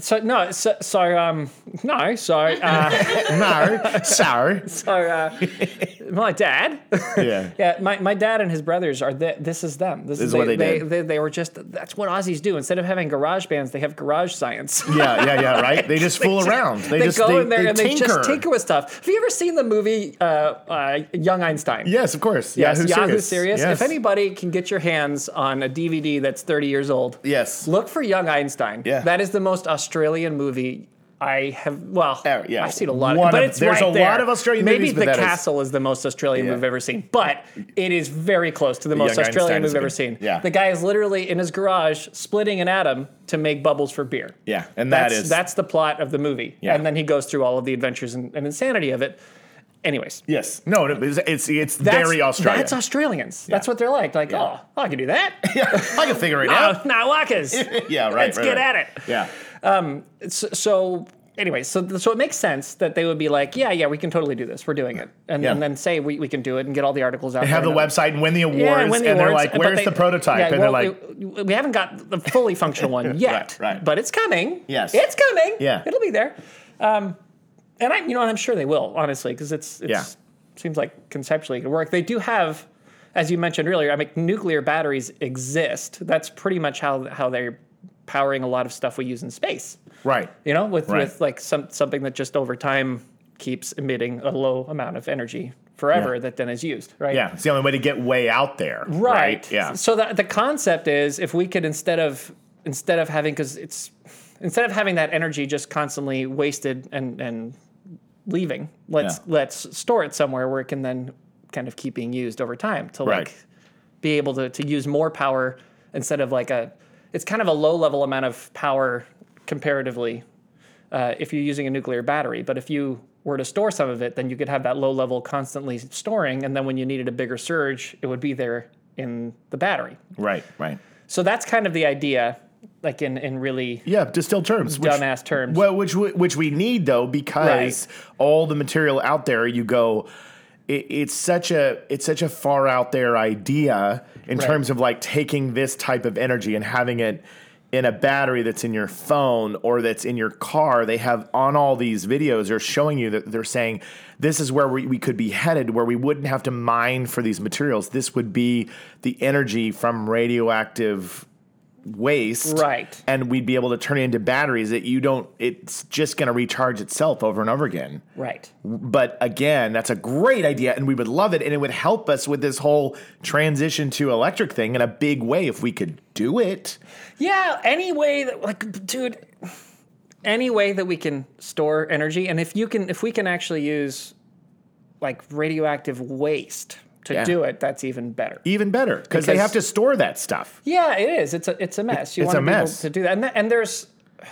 C: so no, so, so um, no, so uh, <laughs>
B: no, sorry.
C: so uh, my dad.
B: Yeah.
C: Yeah, my, my dad and his brothers are the, this is them. This,
B: is what they
C: they,
B: did.
C: They, they were just that's what Aussies do. Instead of having garage bands, they have garage science.
B: Yeah, yeah, yeah, right? They just fool around. They,
C: <laughs> They,
B: just
C: go
B: they,
C: in there
B: they
C: and
B: tinker.
C: they just tinker with stuff. Have you ever seen the movie uh, uh, Young Einstein?
B: Yes, of course.
C: Yes,
B: Yahoo,
C: Yahoo
B: Serious.
C: Serious.
B: Yes.
C: If anybody can get your hands on a DVD that's 30 years old,
B: Yes.
C: look for Young Einstein.
B: Yeah.
C: That is the most Australian movie I have. Well,
B: Uh, yeah.
C: I've seen a lot,
B: One
C: of, but
B: of-
C: it's
B: there's
C: right
B: a
C: there.
B: lot of Australian
C: Maybe
B: movies, but
C: The
B: that is-
C: Castle is, the most Australian
B: Yeah.
C: movie I've ever seen, but it is very close to the most
B: Young Einstein
C: Australian
B: is
C: movie I've ever
B: good.
C: seen.
B: Yeah.
C: The guy is literally in his garage splitting an atom to make bubbles for beer.
B: Yeah, and that
C: that's,
B: is-
C: that's the plot of the movie,
B: Yeah.
C: and then he goes through all of the adventures and, and insanity of it. Anyways,
B: Yes. No, no, it's it's, it's very Australian.
C: that's Australians. That's what they're like. Like,
B: Yeah.
C: oh, I can do that.
B: <laughs>
C: <laughs>
B: yeah, I can figure it
C: Oh,
B: out.
C: not walkers. Let's
B: Yeah, <laughs> right. right,
C: get
B: right.
C: at it.
B: Yeah.
C: So, so anyway, so so it makes sense that they would be like, yeah, yeah, we can totally do this. We're doing it, and,
B: Yeah.
C: and then say we, we can do it and get all the articles out.
B: Have the
C: there and-
B: website and win the awards,
C: Yeah, and win the
B: and they're
C: awards,
B: like,
C: but
B: "Where's
C: they-
B: the prototype?"
C: yeah,
B: and
C: well,
B: they're like,
C: we- we haven't got the fully functional
B: <laughs>
C: one yet,
B: right.
C: but it's coming.
B: Yes.
C: it's coming.
B: Yeah.
C: it'll be there. Um, and I, you know, and I'm sure they will, honestly, because it's, it's seems like conceptually it could work. They do have, as you mentioned earlier, I mean, nuclear batteries exist. That's pretty much how how they're powering a lot of stuff we use in space.
B: "Right,
C: You know, with
B: Right.
C: with like some something that just over time keeps emitting a low amount of energy forever
B: Yeah.
C: that then is used, right?
B: yeah, it's the only way to get way out there, right?
C: right,
B: Yeah,
C: so the, the concept is if we could instead of instead of having because it's instead of having that energy just constantly wasted and and leaving let's
B: Yeah.
C: let's store it somewhere where it can then kind of keep being used over time to
B: Right.
C: like be able to, to use more power instead of like a it's kind of a low level amount of power comparatively uh, if you're using a nuclear battery. But if you were to store some of it, then you could have that low level constantly storing, and then when you needed a bigger surge, it would be there in the battery.
B: Right, right.
C: So that's kind of the idea, like in in really
B: Yeah, distilled terms. Which,
C: dumbass terms.
B: Well, which we- which we need though because all the material out there, you go. It, it's such a it's such a far out there idea in
C: Right.
B: terms of like taking this type of energy and having it in a battery that's in your phone or that's in your car. They have on all these videos they're showing you that they're saying this is where we, we could be headed, where we wouldn't have to mine for these materials. This would be the energy from radioactive waste
C: Right.
B: and we'd be able to turn it into batteries that you don't it's just going to recharge itself over and over again
C: right.
B: but again that's a great idea and we would love it and it would help us with this whole transition to electric thing in a big way if we could do it
C: Yeah, any way that like dude any way that we can store energy and if you can if we can actually use like radioactive waste to
B: Yeah.
C: do it, that's even better.
B: even better because they
C: Because-
B: have to store that stuff
C: Yeah, it is. It's a it's a mess. You
B: it's
C: want
B: a
C: to be able
B: mess.
C: to do that. And, th- and there's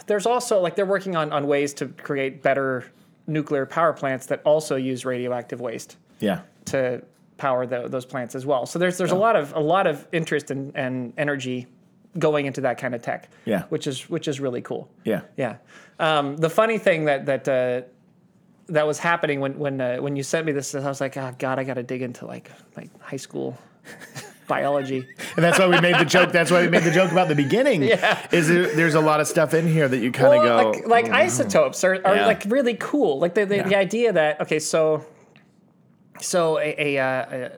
C: there's also like they're working on on ways to create better nuclear power plants that also use radioactive waste
B: yeah
C: to power tho- those plants as well. So there's there's
B: Oh.
C: a lot of a lot of interest and, and energy going into that kind of tech.
B: Yeah.
C: which is which is really cool.
B: yeah
C: Yeah. Um, the funny thing that that uh, that was happening when when uh, when you sent me this, I was like, oh god, I got to dig into like my high school biology.
B: and that's why we made the joke that's why we made the joke about the beginning yeah. is there, there's a lot of stuff in here that you kind of
C: Well,
B: go Oh,
C: like, like isotopes are, are
B: Yeah.
C: like really cool. Like the the, the
B: Yeah.
C: idea that okay, so so a a, uh,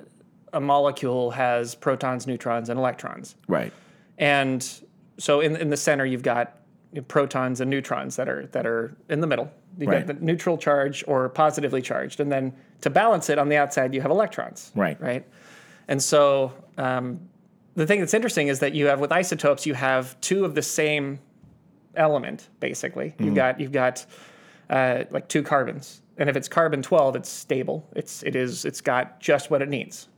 C: a a molecule has protons, neutrons, and electrons.
B: right
C: And so in in the center you've got protons and neutrons that are that are in the middle. You've
B: Right.
C: got the neutral charge or positively charged, and then to balance it on the outside you have electrons.
B: Right.
C: Right. And so um, the thing that's interesting is that you have with isotopes you have two of the same element basically. You've got you've got uh, like two carbons. And if it's carbon 12, it's stable. It's it is it's got just what it needs.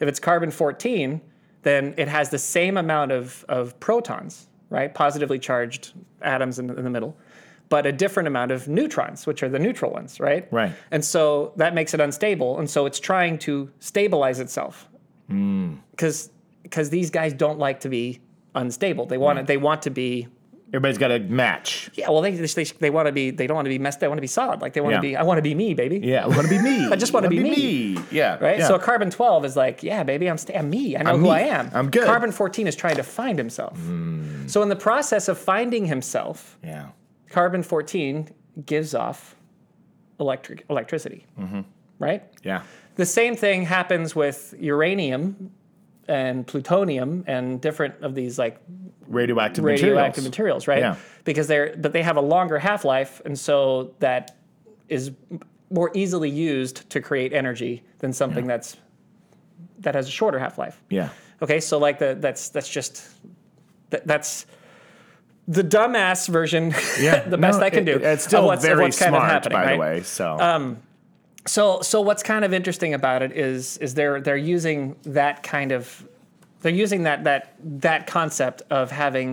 C: If it's carbon 14, then it has the same amount of of protons, right? Positively charged atoms in, in the middle, but a different amount of neutrons, which are the neutral ones, right?
B: Right.
C: And so that makes it unstable, and so it's trying to stabilize itself. Cuz cuz these guys don't like to be unstable. They want to they want to be
B: everybody's got a match
C: yeah, well, they they, they, they want to be they don't want to be messed. They want to be solid. Like they want
B: Yeah.
C: to be. I want to be me, baby.
B: yeah i want to be
C: <laughs>
B: me i
C: just wanna be me.
B: yeah
C: Right.
B: yeah.
C: So carbon twelve is like, yeah, baby, I'm, st- I'm me. I know
B: I'm
C: who
B: me.
C: I am.
B: I'm good. Mm.
C: Carbon fourteen is trying to find himself. So in the process of finding himself,
B: yeah
C: carbon fourteen gives off electric electricity.
B: Mm-hmm.
C: Right.
B: yeah
C: The same thing happens with uranium and plutonium and different of these like
B: radioactive,
C: radioactive
B: materials.
C: materials, right?
B: Yeah.
C: Because they're but they have a longer half life, and so that is m- more easily used to create energy than something that's that has a shorter half life.
B: Yeah.
C: Okay, so like the that's that's just that, that's the dumbass version.
B: Yeah.
C: <laughs> the best
B: No,
C: I can
B: it-
C: do.
B: it- It's
C: of
B: still
C: what's- of
B: very
C: what's
B: smart,
C: kind of happening,
B: by the
C: right? Um,
B: way. So
C: So so what's kind of interesting about it is is they're they're using that kind of they're using that that that concept of having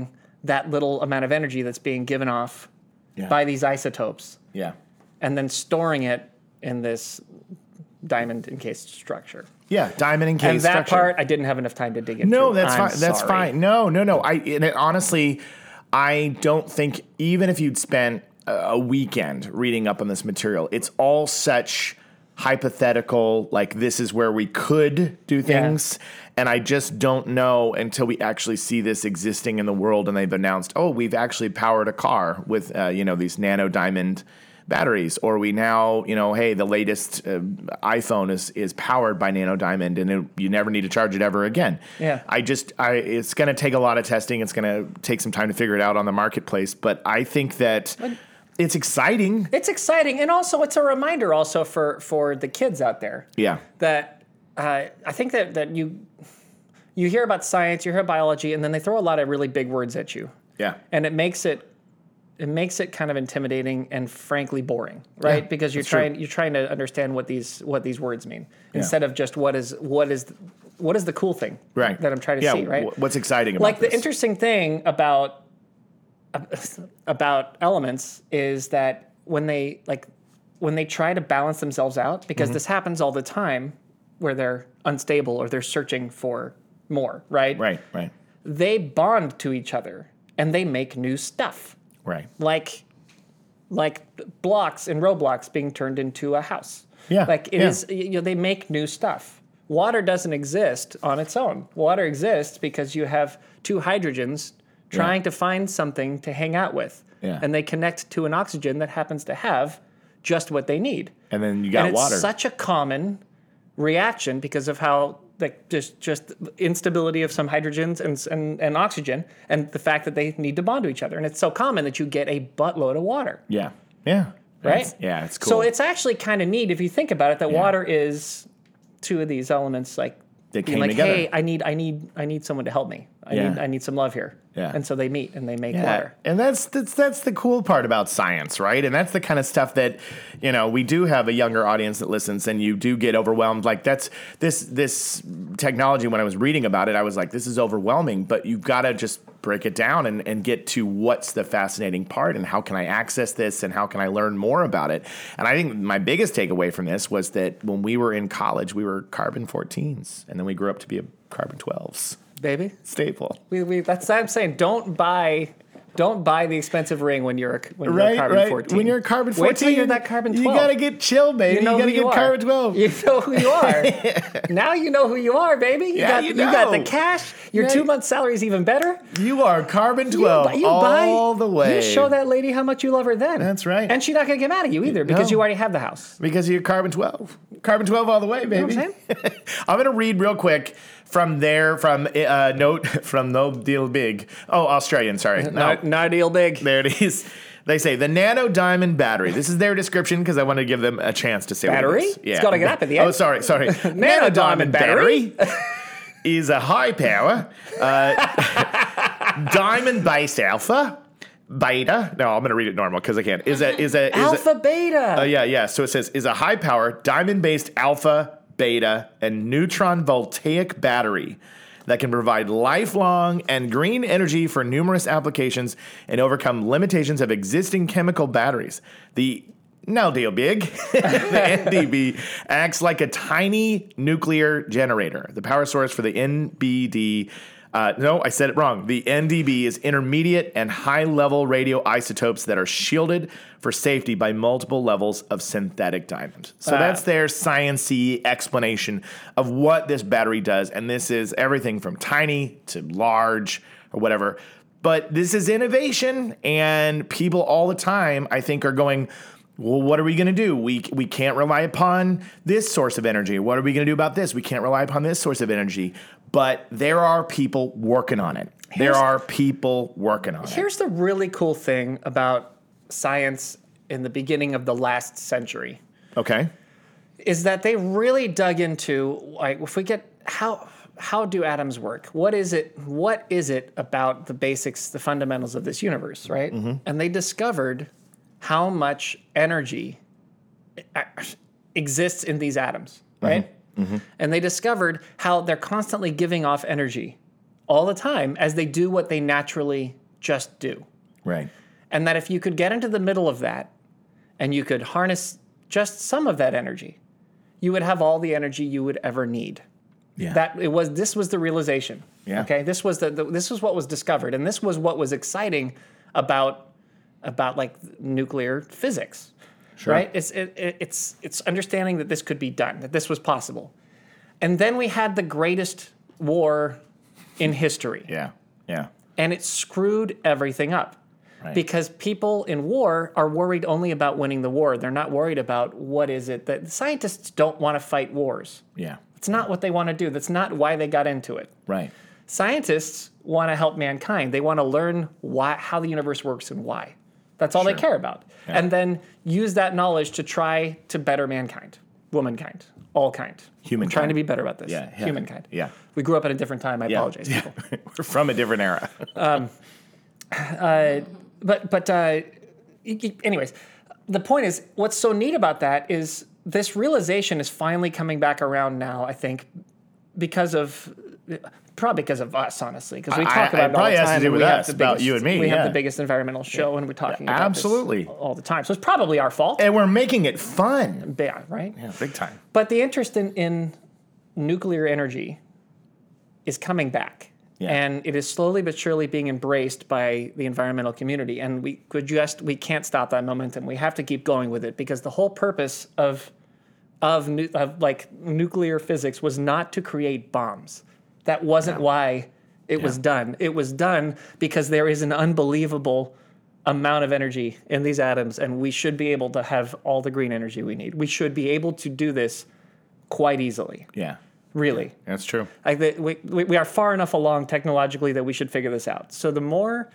C: that little amount of energy that's being given off
B: yeah.
C: by these isotopes
B: yeah,
C: and then storing it in this diamond encased structure.
B: yeah, diamond encased.
C: and that
B: structure.
C: part I didn't have enough time to dig into.
B: No, that's
C: I'm
B: fine. That's
C: sorry.
B: fine. No, no, no. I and it, honestly, I don't think even if you'd spent a a weekend reading up on this material, it's all such hypothetical. Like this is where we could do things, and I just don't know until we actually see this existing in the world, and they've announced, oh, we've actually powered a car with uh, you know these nano diamond. Batteries, or we now, you know, hey, the latest uh, iPhone is is powered by nano diamond, and it, you never need to charge it ever again.
C: Yeah.
B: I just I it's going to take a lot of testing. It's going to take some time to figure it out on the marketplace, but I think that it's exciting.
C: It's exciting and also it's a reminder also for for the kids out there.
B: Yeah.
C: that uh, I think that that you you hear about science, you hear biology, and then they throw a lot of really big words at you,
B: Yeah.
C: and it makes it it makes it kind of intimidating and frankly boring, right?
B: Yeah,
C: because you're
B: that's true.
C: trying you're trying to understand what these what these words mean instead of just what is what is what is the cool thing
B: Right.
C: that I'm trying to
B: yeah,
C: see, right?
B: wh- what's exciting about
C: like the
B: this?
C: interesting thing about <laughs> about elements is that when they like when they try to balance themselves out because this happens all the time where they're unstable or they're searching for more right
B: Right, right,
C: they bond to each other and they make new stuff
B: right.
C: like like blocks in roblox being turned into a house
B: Yeah,
C: like it
B: yeah.
C: is you know they make new stuff water doesn't exist on its own water exists because you have two hydrogens trying to find something to hang out with
B: Yeah.
C: and they connect to an oxygen that happens to have just what they need
B: And then you got
C: and it's
B: water.
C: such a common reaction because of how like just just instability of some hydrogens and, and and oxygen and the fact that they need to bond to each other and it's so common that you get a buttload of water
B: yeah, yeah.
C: right
B: It's- yeah, it's cool.
C: so it's actually kind of neat if you think about it that water is two of these elements like
B: They
C: being
B: came
C: like
B: together.
C: hey i need i need i need someone to help me i
B: Yeah.
C: need i need some love here
B: Yeah.
C: and so they meet and they make
B: Yeah.
C: water
B: And that's that's that's the cool part about science, right? And that's the kind of stuff that, you know, we do have a younger audience that listens and you do get overwhelmed. Like that's this this technology when I was reading about it, I was like, this is overwhelming, but you've got to just break it down and, and get to what's the fascinating part and how can I access this and how can I learn more about it. And I think my biggest takeaway from this was that when we were in college, we were carbon 14s and then we grew up to be a carbon 12s
C: baby
B: staple.
C: We, we, that's what I'm saying. Don't buy, don't buy the expensive ring when you're a, when you're a
B: Right,
C: carbon
B: right.
C: 14.
B: When you're a carbon 14,
C: wait till you're that carbon 12.
B: You gotta get chill, baby. You,
C: know
B: gotta
C: who
B: get
C: are.
B: carbon 12.
C: You know who
B: <laughs>
C: you are. now you know who you are, baby. You
B: Yeah,
C: got
B: you
C: got the
B: know.
C: cash. Your
B: Now you-
C: two month salary is even better.
B: You are carbon
C: You,
B: 12
C: bu- you
B: all
C: buy
B: the way.
C: You show that lady how much you love her then.
B: That's right.
C: And she's not gonna get mad at you either
B: No.
C: because you already have the house.
B: because you're carbon 12. Carbon 12 all the way, baby.
C: what I'm
B: <laughs> I'm gonna read real quick from there from uh, note <laughs> from no deal big. Oh, Australian, sorry.
C: <laughs> Not, not a deal big.
B: There it is. <laughs> They say the nano diamond battery. This is their description because I want to give them a chance to say What
C: Battery?
B: it is.
C: It's gotta get up at the
B: Oh,
C: end.
B: sorry, sorry.
C: <laughs> Nano diamond battery. <laughs>
B: is a high power uh, <laughs> diamond based alpha beta. No, I'm going to read it normal because I can't. Is a is a is a-
C: Alpha beta.
B: uh, yeah, yeah. So it says is a high power diamond based alpha, beta, and neutron voltaic battery that can provide lifelong and green energy for numerous applications and overcome limitations of existing chemical batteries. The no deal big. <laughs> the NDB acts like a tiny nuclear generator. The power source for the NBD uh, no, I said it wrong. The NDB is intermediate and high level radioisotopes that are shielded for safety by multiple levels of synthetic diamond. So that's their sciency explanation of what this battery does. And this is everything from tiny to large or whatever. But this is innovation, and people all the time, I think, are going, well, what are we going to do? We, we can't rely upon this source of energy. What are we going to do about this? We can't rely upon this source of energy. But there are people working on it. there
C: Here's-
B: are people working on it.
C: Here's the really cool thing about science in the beginning of the last century
B: Okay.
C: is that they really dug into like if we get how how do atoms work? What is it? What is it about the basics, the fundamentals of this universe, right? And they discovered how much energy uh, exists in these atoms, right? And they discovered how they're constantly giving off energy all the time as they do what they naturally just do
B: Right.
C: and that if you could get into the middle of that and you could harness just some of that energy, you would have all the energy you would ever need.
B: Yeah.
C: That it was this was the realization.
B: Yeah.
C: Okay. This was the, the this was what was discovered, and this was what was exciting about about like nuclear physics.
B: Sure.
C: Right. It's it, it- it's it's understanding that this could be done, that this was possible, and then we had the greatest war in history
B: Yeah. Yeah.
C: and it screwed everything up
B: Right.
C: because people in war are worried only about winning the war they're not worried about what is it that scientists don't want to fight wars
B: Yeah.
C: it's not what they want to do that's not why they got into it
B: Right.
C: scientists want to help mankind they want to learn why how the universe works and why that's all they
B: Sure.
C: care about and then use that knowledge to try to better mankind womankind all kind
B: Humankind.
C: trying to be better about this
B: Yeah, yeah,
C: humankind
B: yeah.
C: we grew up at a different time i
B: Yeah. <laughs>
C: apologize people.
B: We're from a different era.
C: but but uh, y- y- anyways, the point is, what's so neat about that is this realization is finally coming back around now. I think because of probably because of us, honestly, because we
B: I-
C: talk
B: I-
C: about it
B: it probably
C: all the
B: has to
C: time,
B: do
C: and
B: with
C: we have
B: us,
C: the
B: about
C: biggest-
B: you and me,
C: We
B: yeah.
C: have the biggest environmental show, and we're talking about this
B: absolutely.
C: all the time. So it's probably our fault.
B: and we're making it fun.
C: yeah, right.
B: Yeah, big time.
C: But the interest in, in nuclear energy is coming back.
B: Yeah.
C: And it is slowly but surely being embraced by the environmental community. And we could just we can't stop that momentum. We have to keep going with it because the whole purpose of of, nu- of like nuclear physics was not to create bombs. That wasn't why it was done. It was done because there is an unbelievable amount of energy in these atoms, and we should be able to have all the green energy we need. We should be able to do this quite easily,
B: Yeah,
C: really.
B: that's true.
C: Like the, we, we we are far enough along technologically that we should figure this out. So the more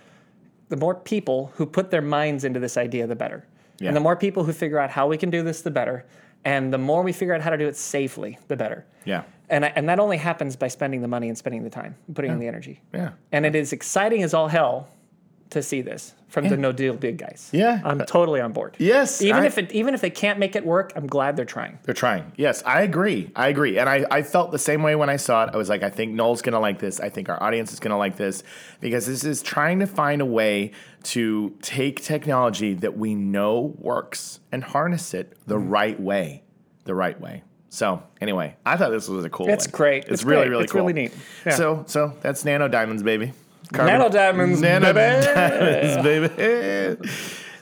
C: the more people who put their minds into this idea, the better.
B: Yeah.
C: And the more people who figure out how we can do this, the better. And the more we figure out how to do it safely, the better.
B: Yeah,
C: And, I, and that only happens by spending the money and spending the time, putting in the energy.
B: yeah.
C: And it is exciting as all hell to see this from the No Deal big guys.
B: Yeah.
C: I'm totally on board.
B: Yes,
C: Even
B: I-
C: if it even if they can't make it work, I'm glad they're trying.
B: They're trying. Yes, I agree. I agree. And I, I felt the same way when I saw it. I was like, I think Noel's going to like this. I think our audience is going to like this because this is trying to find a way to take technology that we know works and harness it the
C: Mm-hmm.
B: right way. The right way. So, anyway, I thought this was a cool
C: It's
B: one.
C: great.
B: It's,
C: It's
B: really,
C: great.
B: really
C: It's
B: cool.
C: really neat. Yeah.
B: So, so that's nano diamonds, baby.
C: Nano diamonds,
B: Nano
C: baby.
B: diamonds, baby.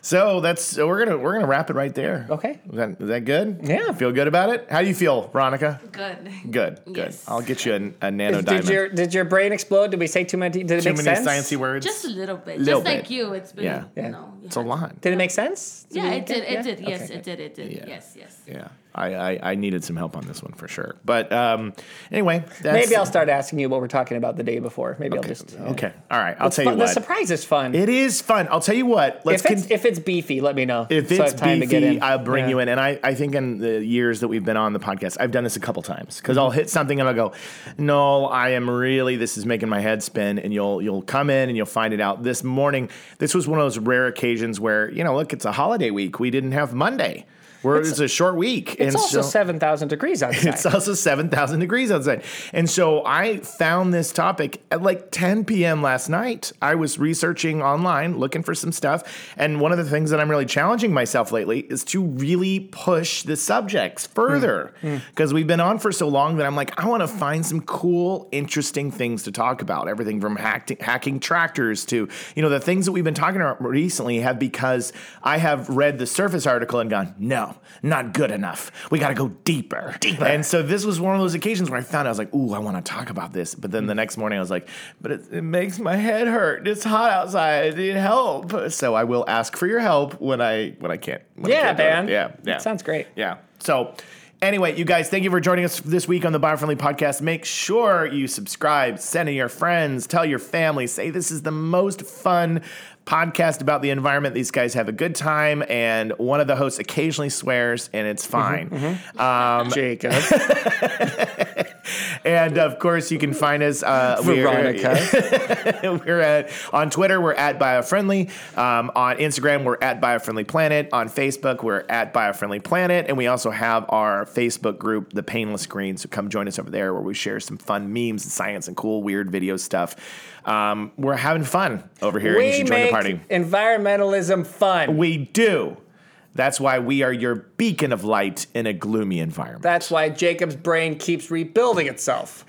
B: So that's so we're gonna we're gonna wrap it right there.
C: Okay.
B: Is that, is that good?
C: Yeah.
B: Feel good about it? How do you feel, Veronica?
D: Good.
B: Good. Good.
D: Yes.
B: I'll get you a, a nano
C: Did
B: diamond.
C: your did your brain explode? Did we say too many? Did it
B: Too
C: make
B: many
C: sense?
B: sciencey words.
D: <laughs> Just a little bit.
B: Little
D: Just like
B: bit.
D: you, it's been,
B: Yeah.
D: you
C: Yeah.
D: know. you
B: it's a
D: had-
B: lot.
C: Did it make sense?
D: Yeah, it did. It
C: Yeah?
D: did. Yes,
C: Okay.
D: it did. It did.
B: Yeah.
D: Yes, yes.
B: Yeah. I, I I needed some help on this one for sure. But um anyway, that's,
C: Maybe I'll start asking you what we're talking about the day before. Maybe I'll just. yeah.
B: Okay. All right. I'll
C: It's
B: tell you
C: fun-
B: what.
C: The surprise is fun.
B: It is fun. I'll tell you what. Let's
C: if it's
B: con-
C: if it's beefy, let me know.
B: If
C: so I
B: it's
C: have time to get
B: beefy,
C: in.
B: I'll bring
C: Yeah.
B: you in. And I, I think in the years that we've been on the podcast, I've done this a couple times because
C: Mm-hmm.
B: I'll hit something and I'll go, no, I am really, this is making my head spin. And you'll, you'll come in and you'll find it out. This morning, this was one of those rare occasions where, you know, look, it's a holiday week. We didn't have Monday. We're, it's, a short week.
C: It's also seven
B: <laughs>
C: thousand degrees outside.
B: It's also 7,000 degrees outside. And so I found this topic at like 10 p.m. last night. I was researching online, looking for some stuff. And one of the things that I'm really challenging myself lately is to really push the subjects further because we've been on for so long that I'm like, I want to find some cool, interesting things to talk about. Everything from hacking, hacking tractors to, you know, the things that we've been talking about recently have because I have read the surface article and gone, no, not good enough. We got to go deeper. Deeper. And so this was one of those occasions where I found I was like, ooh, I want to talk about this. But then the next morning I was like, but it, it makes my head hurt. It's hot outside. I need help. So I will ask for your help when I when I can't. when I
C: Yeah,
B: can't do it.
C: man.
B: Yeah,
C: That
B: yeah.
C: sounds great.
B: Yeah. So anyway, you guys, thank you for joining us this week on the Biofriendly Podcast. Make sure you subscribe, send to your friends, tell your family, say this is the most fun podcast about the environment. These guys have a good time, and one of the hosts occasionally swears, and it's fine. Um, <laughs>
C: Jacob,
B: And of course, you can find us
C: <laughs>
B: uh, we're-
C: Veronica,
B: <laughs> we're at on Twitter. We're at biofriendly. Um, on Instagram, we're at biofriendly planet. On Facebook, we're at biofriendly planet, and we also have our Facebook group, the Painless Green. So come join us over there, where we share some fun memes and science and cool weird video stuff. Um, we're having fun over here. and you
C: we
B: should join the
C: make
B: party.
C: environmentalism fun.
B: We do. That's why we are your beacon of light in a gloomy environment.
C: That's why Jacob's brain keeps rebuilding itself.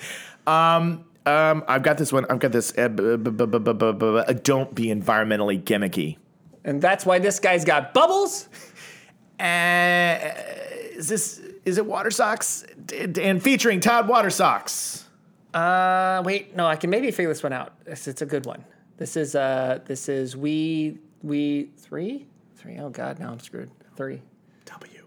B: Um, um, I've got this one. I've got this. Uh, bu- bu- bu- bu- bu- bu- bu- bu- don't be environmentally gimmicky.
C: And that's why this guy's got bubbles.
B: Uh, is this is it Water Socks D- and featuring Todd Water Socks?
C: Uh, wait, no, I can maybe figure this one out. It's, it's a good one. This is uh, this is we we three three. Oh God, now I'm screwed. Three.
B: W.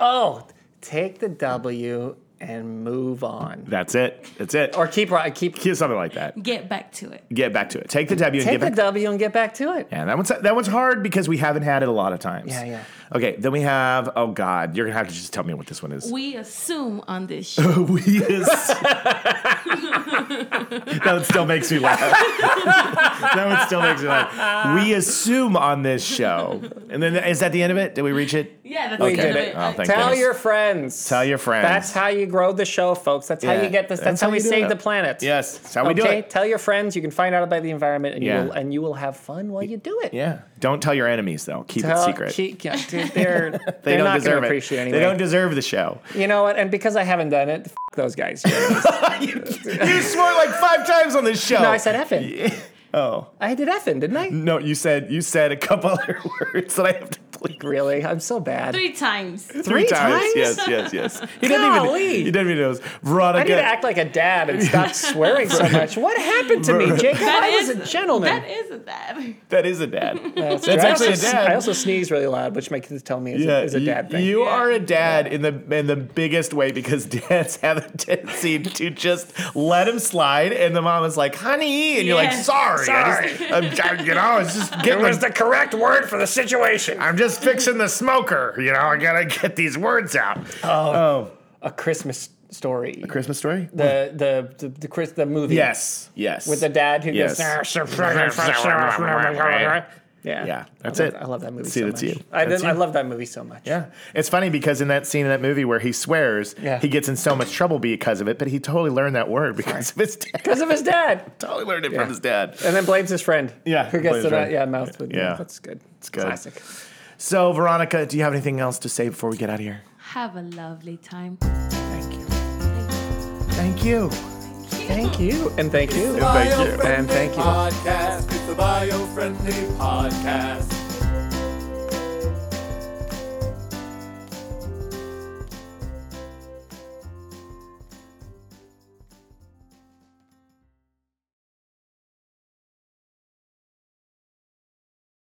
C: Oh, take the W and move on,
B: That's it. That's it. Or
C: or keep ri- keep
B: yeah, something like that.
D: Get back
B: <laughs>
D: to it.
B: Get back to it. Take the W and
C: take
B: get
C: the
B: back.
C: W and get back to it.
B: yeah, that one's that one's hard because we haven't had it a lot of times.
C: Yeah, yeah.
B: Okay, then we have, oh God, you're going to have to just tell me what this one is.
D: We assume
B: <laughs>
D: on this show.
B: We is. <laughs> that one still makes me laugh. that one still makes me laugh. We assume on this show. And then is that the end of it? Did we reach it?
D: yeah, that's
C: We
D: the
C: did
D: end of
C: it.
D: it.
B: Oh, thank
C: Tell
B: goodness.
C: your friends.
B: Tell your friends.
C: That's how you grow the show, folks. That's how
B: Yeah.
C: you get this. That's,
B: That's
C: how,
B: how
C: we
B: you do
C: save
B: it.
C: the planet.
B: Yes, that's how we do
C: okay?
B: it.
C: Tell your friends. You can find out about the environment, and
B: Yeah.
C: you will, and you will have fun while you do it.
B: Yeah. Don't tell your enemies, though. Keep
C: Tell-
B: it secret.
C: keep- yeah, dude, they're
B: <laughs> they
C: are
B: don't
C: not going
B: deserve
C: to
B: it.
C: appreciate anyway.
B: They don't deserve the show.
C: you know what? And because I haven't done it, f- those guys.
B: <laughs> You swore like five times on this show.
C: No, I said effing.
B: Oh
C: I did effing, didn't I?
B: no, you said you said a couple <laughs> other words that I have to bleep
C: Really? I'm so bad.
D: Three times.
B: three, times.
C: times?
B: Yes, yes, yes. He didn't
C: Golly.
B: even. He didn't even know. it was
C: I need to
B: Veronica.
C: act like a dad and
B: <laughs>
C: stop swearing so much. What happened to me, Jacob?
D: That
C: I was
D: is-
C: a gentleman.
D: That isn't that.
B: That is a dad.
C: That's,
B: true. actually a
C: I also,
B: dad.
C: I also sneeze really loud, which my kids tell me is, a, is a
B: you-
C: dad thing.
B: You
D: Yeah.
B: are a dad in the in the biggest way because <laughs> dads have a tendency to just let him slide, and the mom is like, "Honey," and you're like,
D: Yeah.
B: "Sorry, I just, I'm, I- you know, it's just getting the-
C: correct word for the situation.
B: <laughs> I'm just fixing the smoker. You know, I gotta get these words out." Um,
C: A Oh, Christmas story.
B: Christmas story.
C: The the the the, Chris, the movie.
B: Yes. Yes.
C: With the dad who
B: Yes.
C: goes. "Ah, surprise, surprise, surprise." Yeah.
B: Yeah, that's
C: I love,
B: it.
C: I love that movie
B: See,
C: so
B: that's
C: much.
B: you.
C: I,
B: That's
C: I
B: you.
C: love that movie so much.
B: Yeah. It's funny because in that scene in that movie where he swears,
C: Yeah.
B: he gets in so much trouble because of it, but he totally learned that word because of his dad. <laughs>
C: Because of his dad.
B: totally learned it
C: Yeah.
B: from his dad.
C: And then blames his friend.
B: Yeah,
C: Who
B: blames
C: gets the
B: friend.
C: yeah, mouth with
B: Yeah.
C: That's good. It's
B: good.
C: Classic.
B: So, Veronica, do you have anything else to say before we get out of here?
D: Have a lovely time.
B: Thank you. Thank you.
C: Thank you. And thank
B: Thank
C: you.
B: you.
A: Bio-friendly
C: And thank you.
A: Podcast. It's a bio-friendly podcast.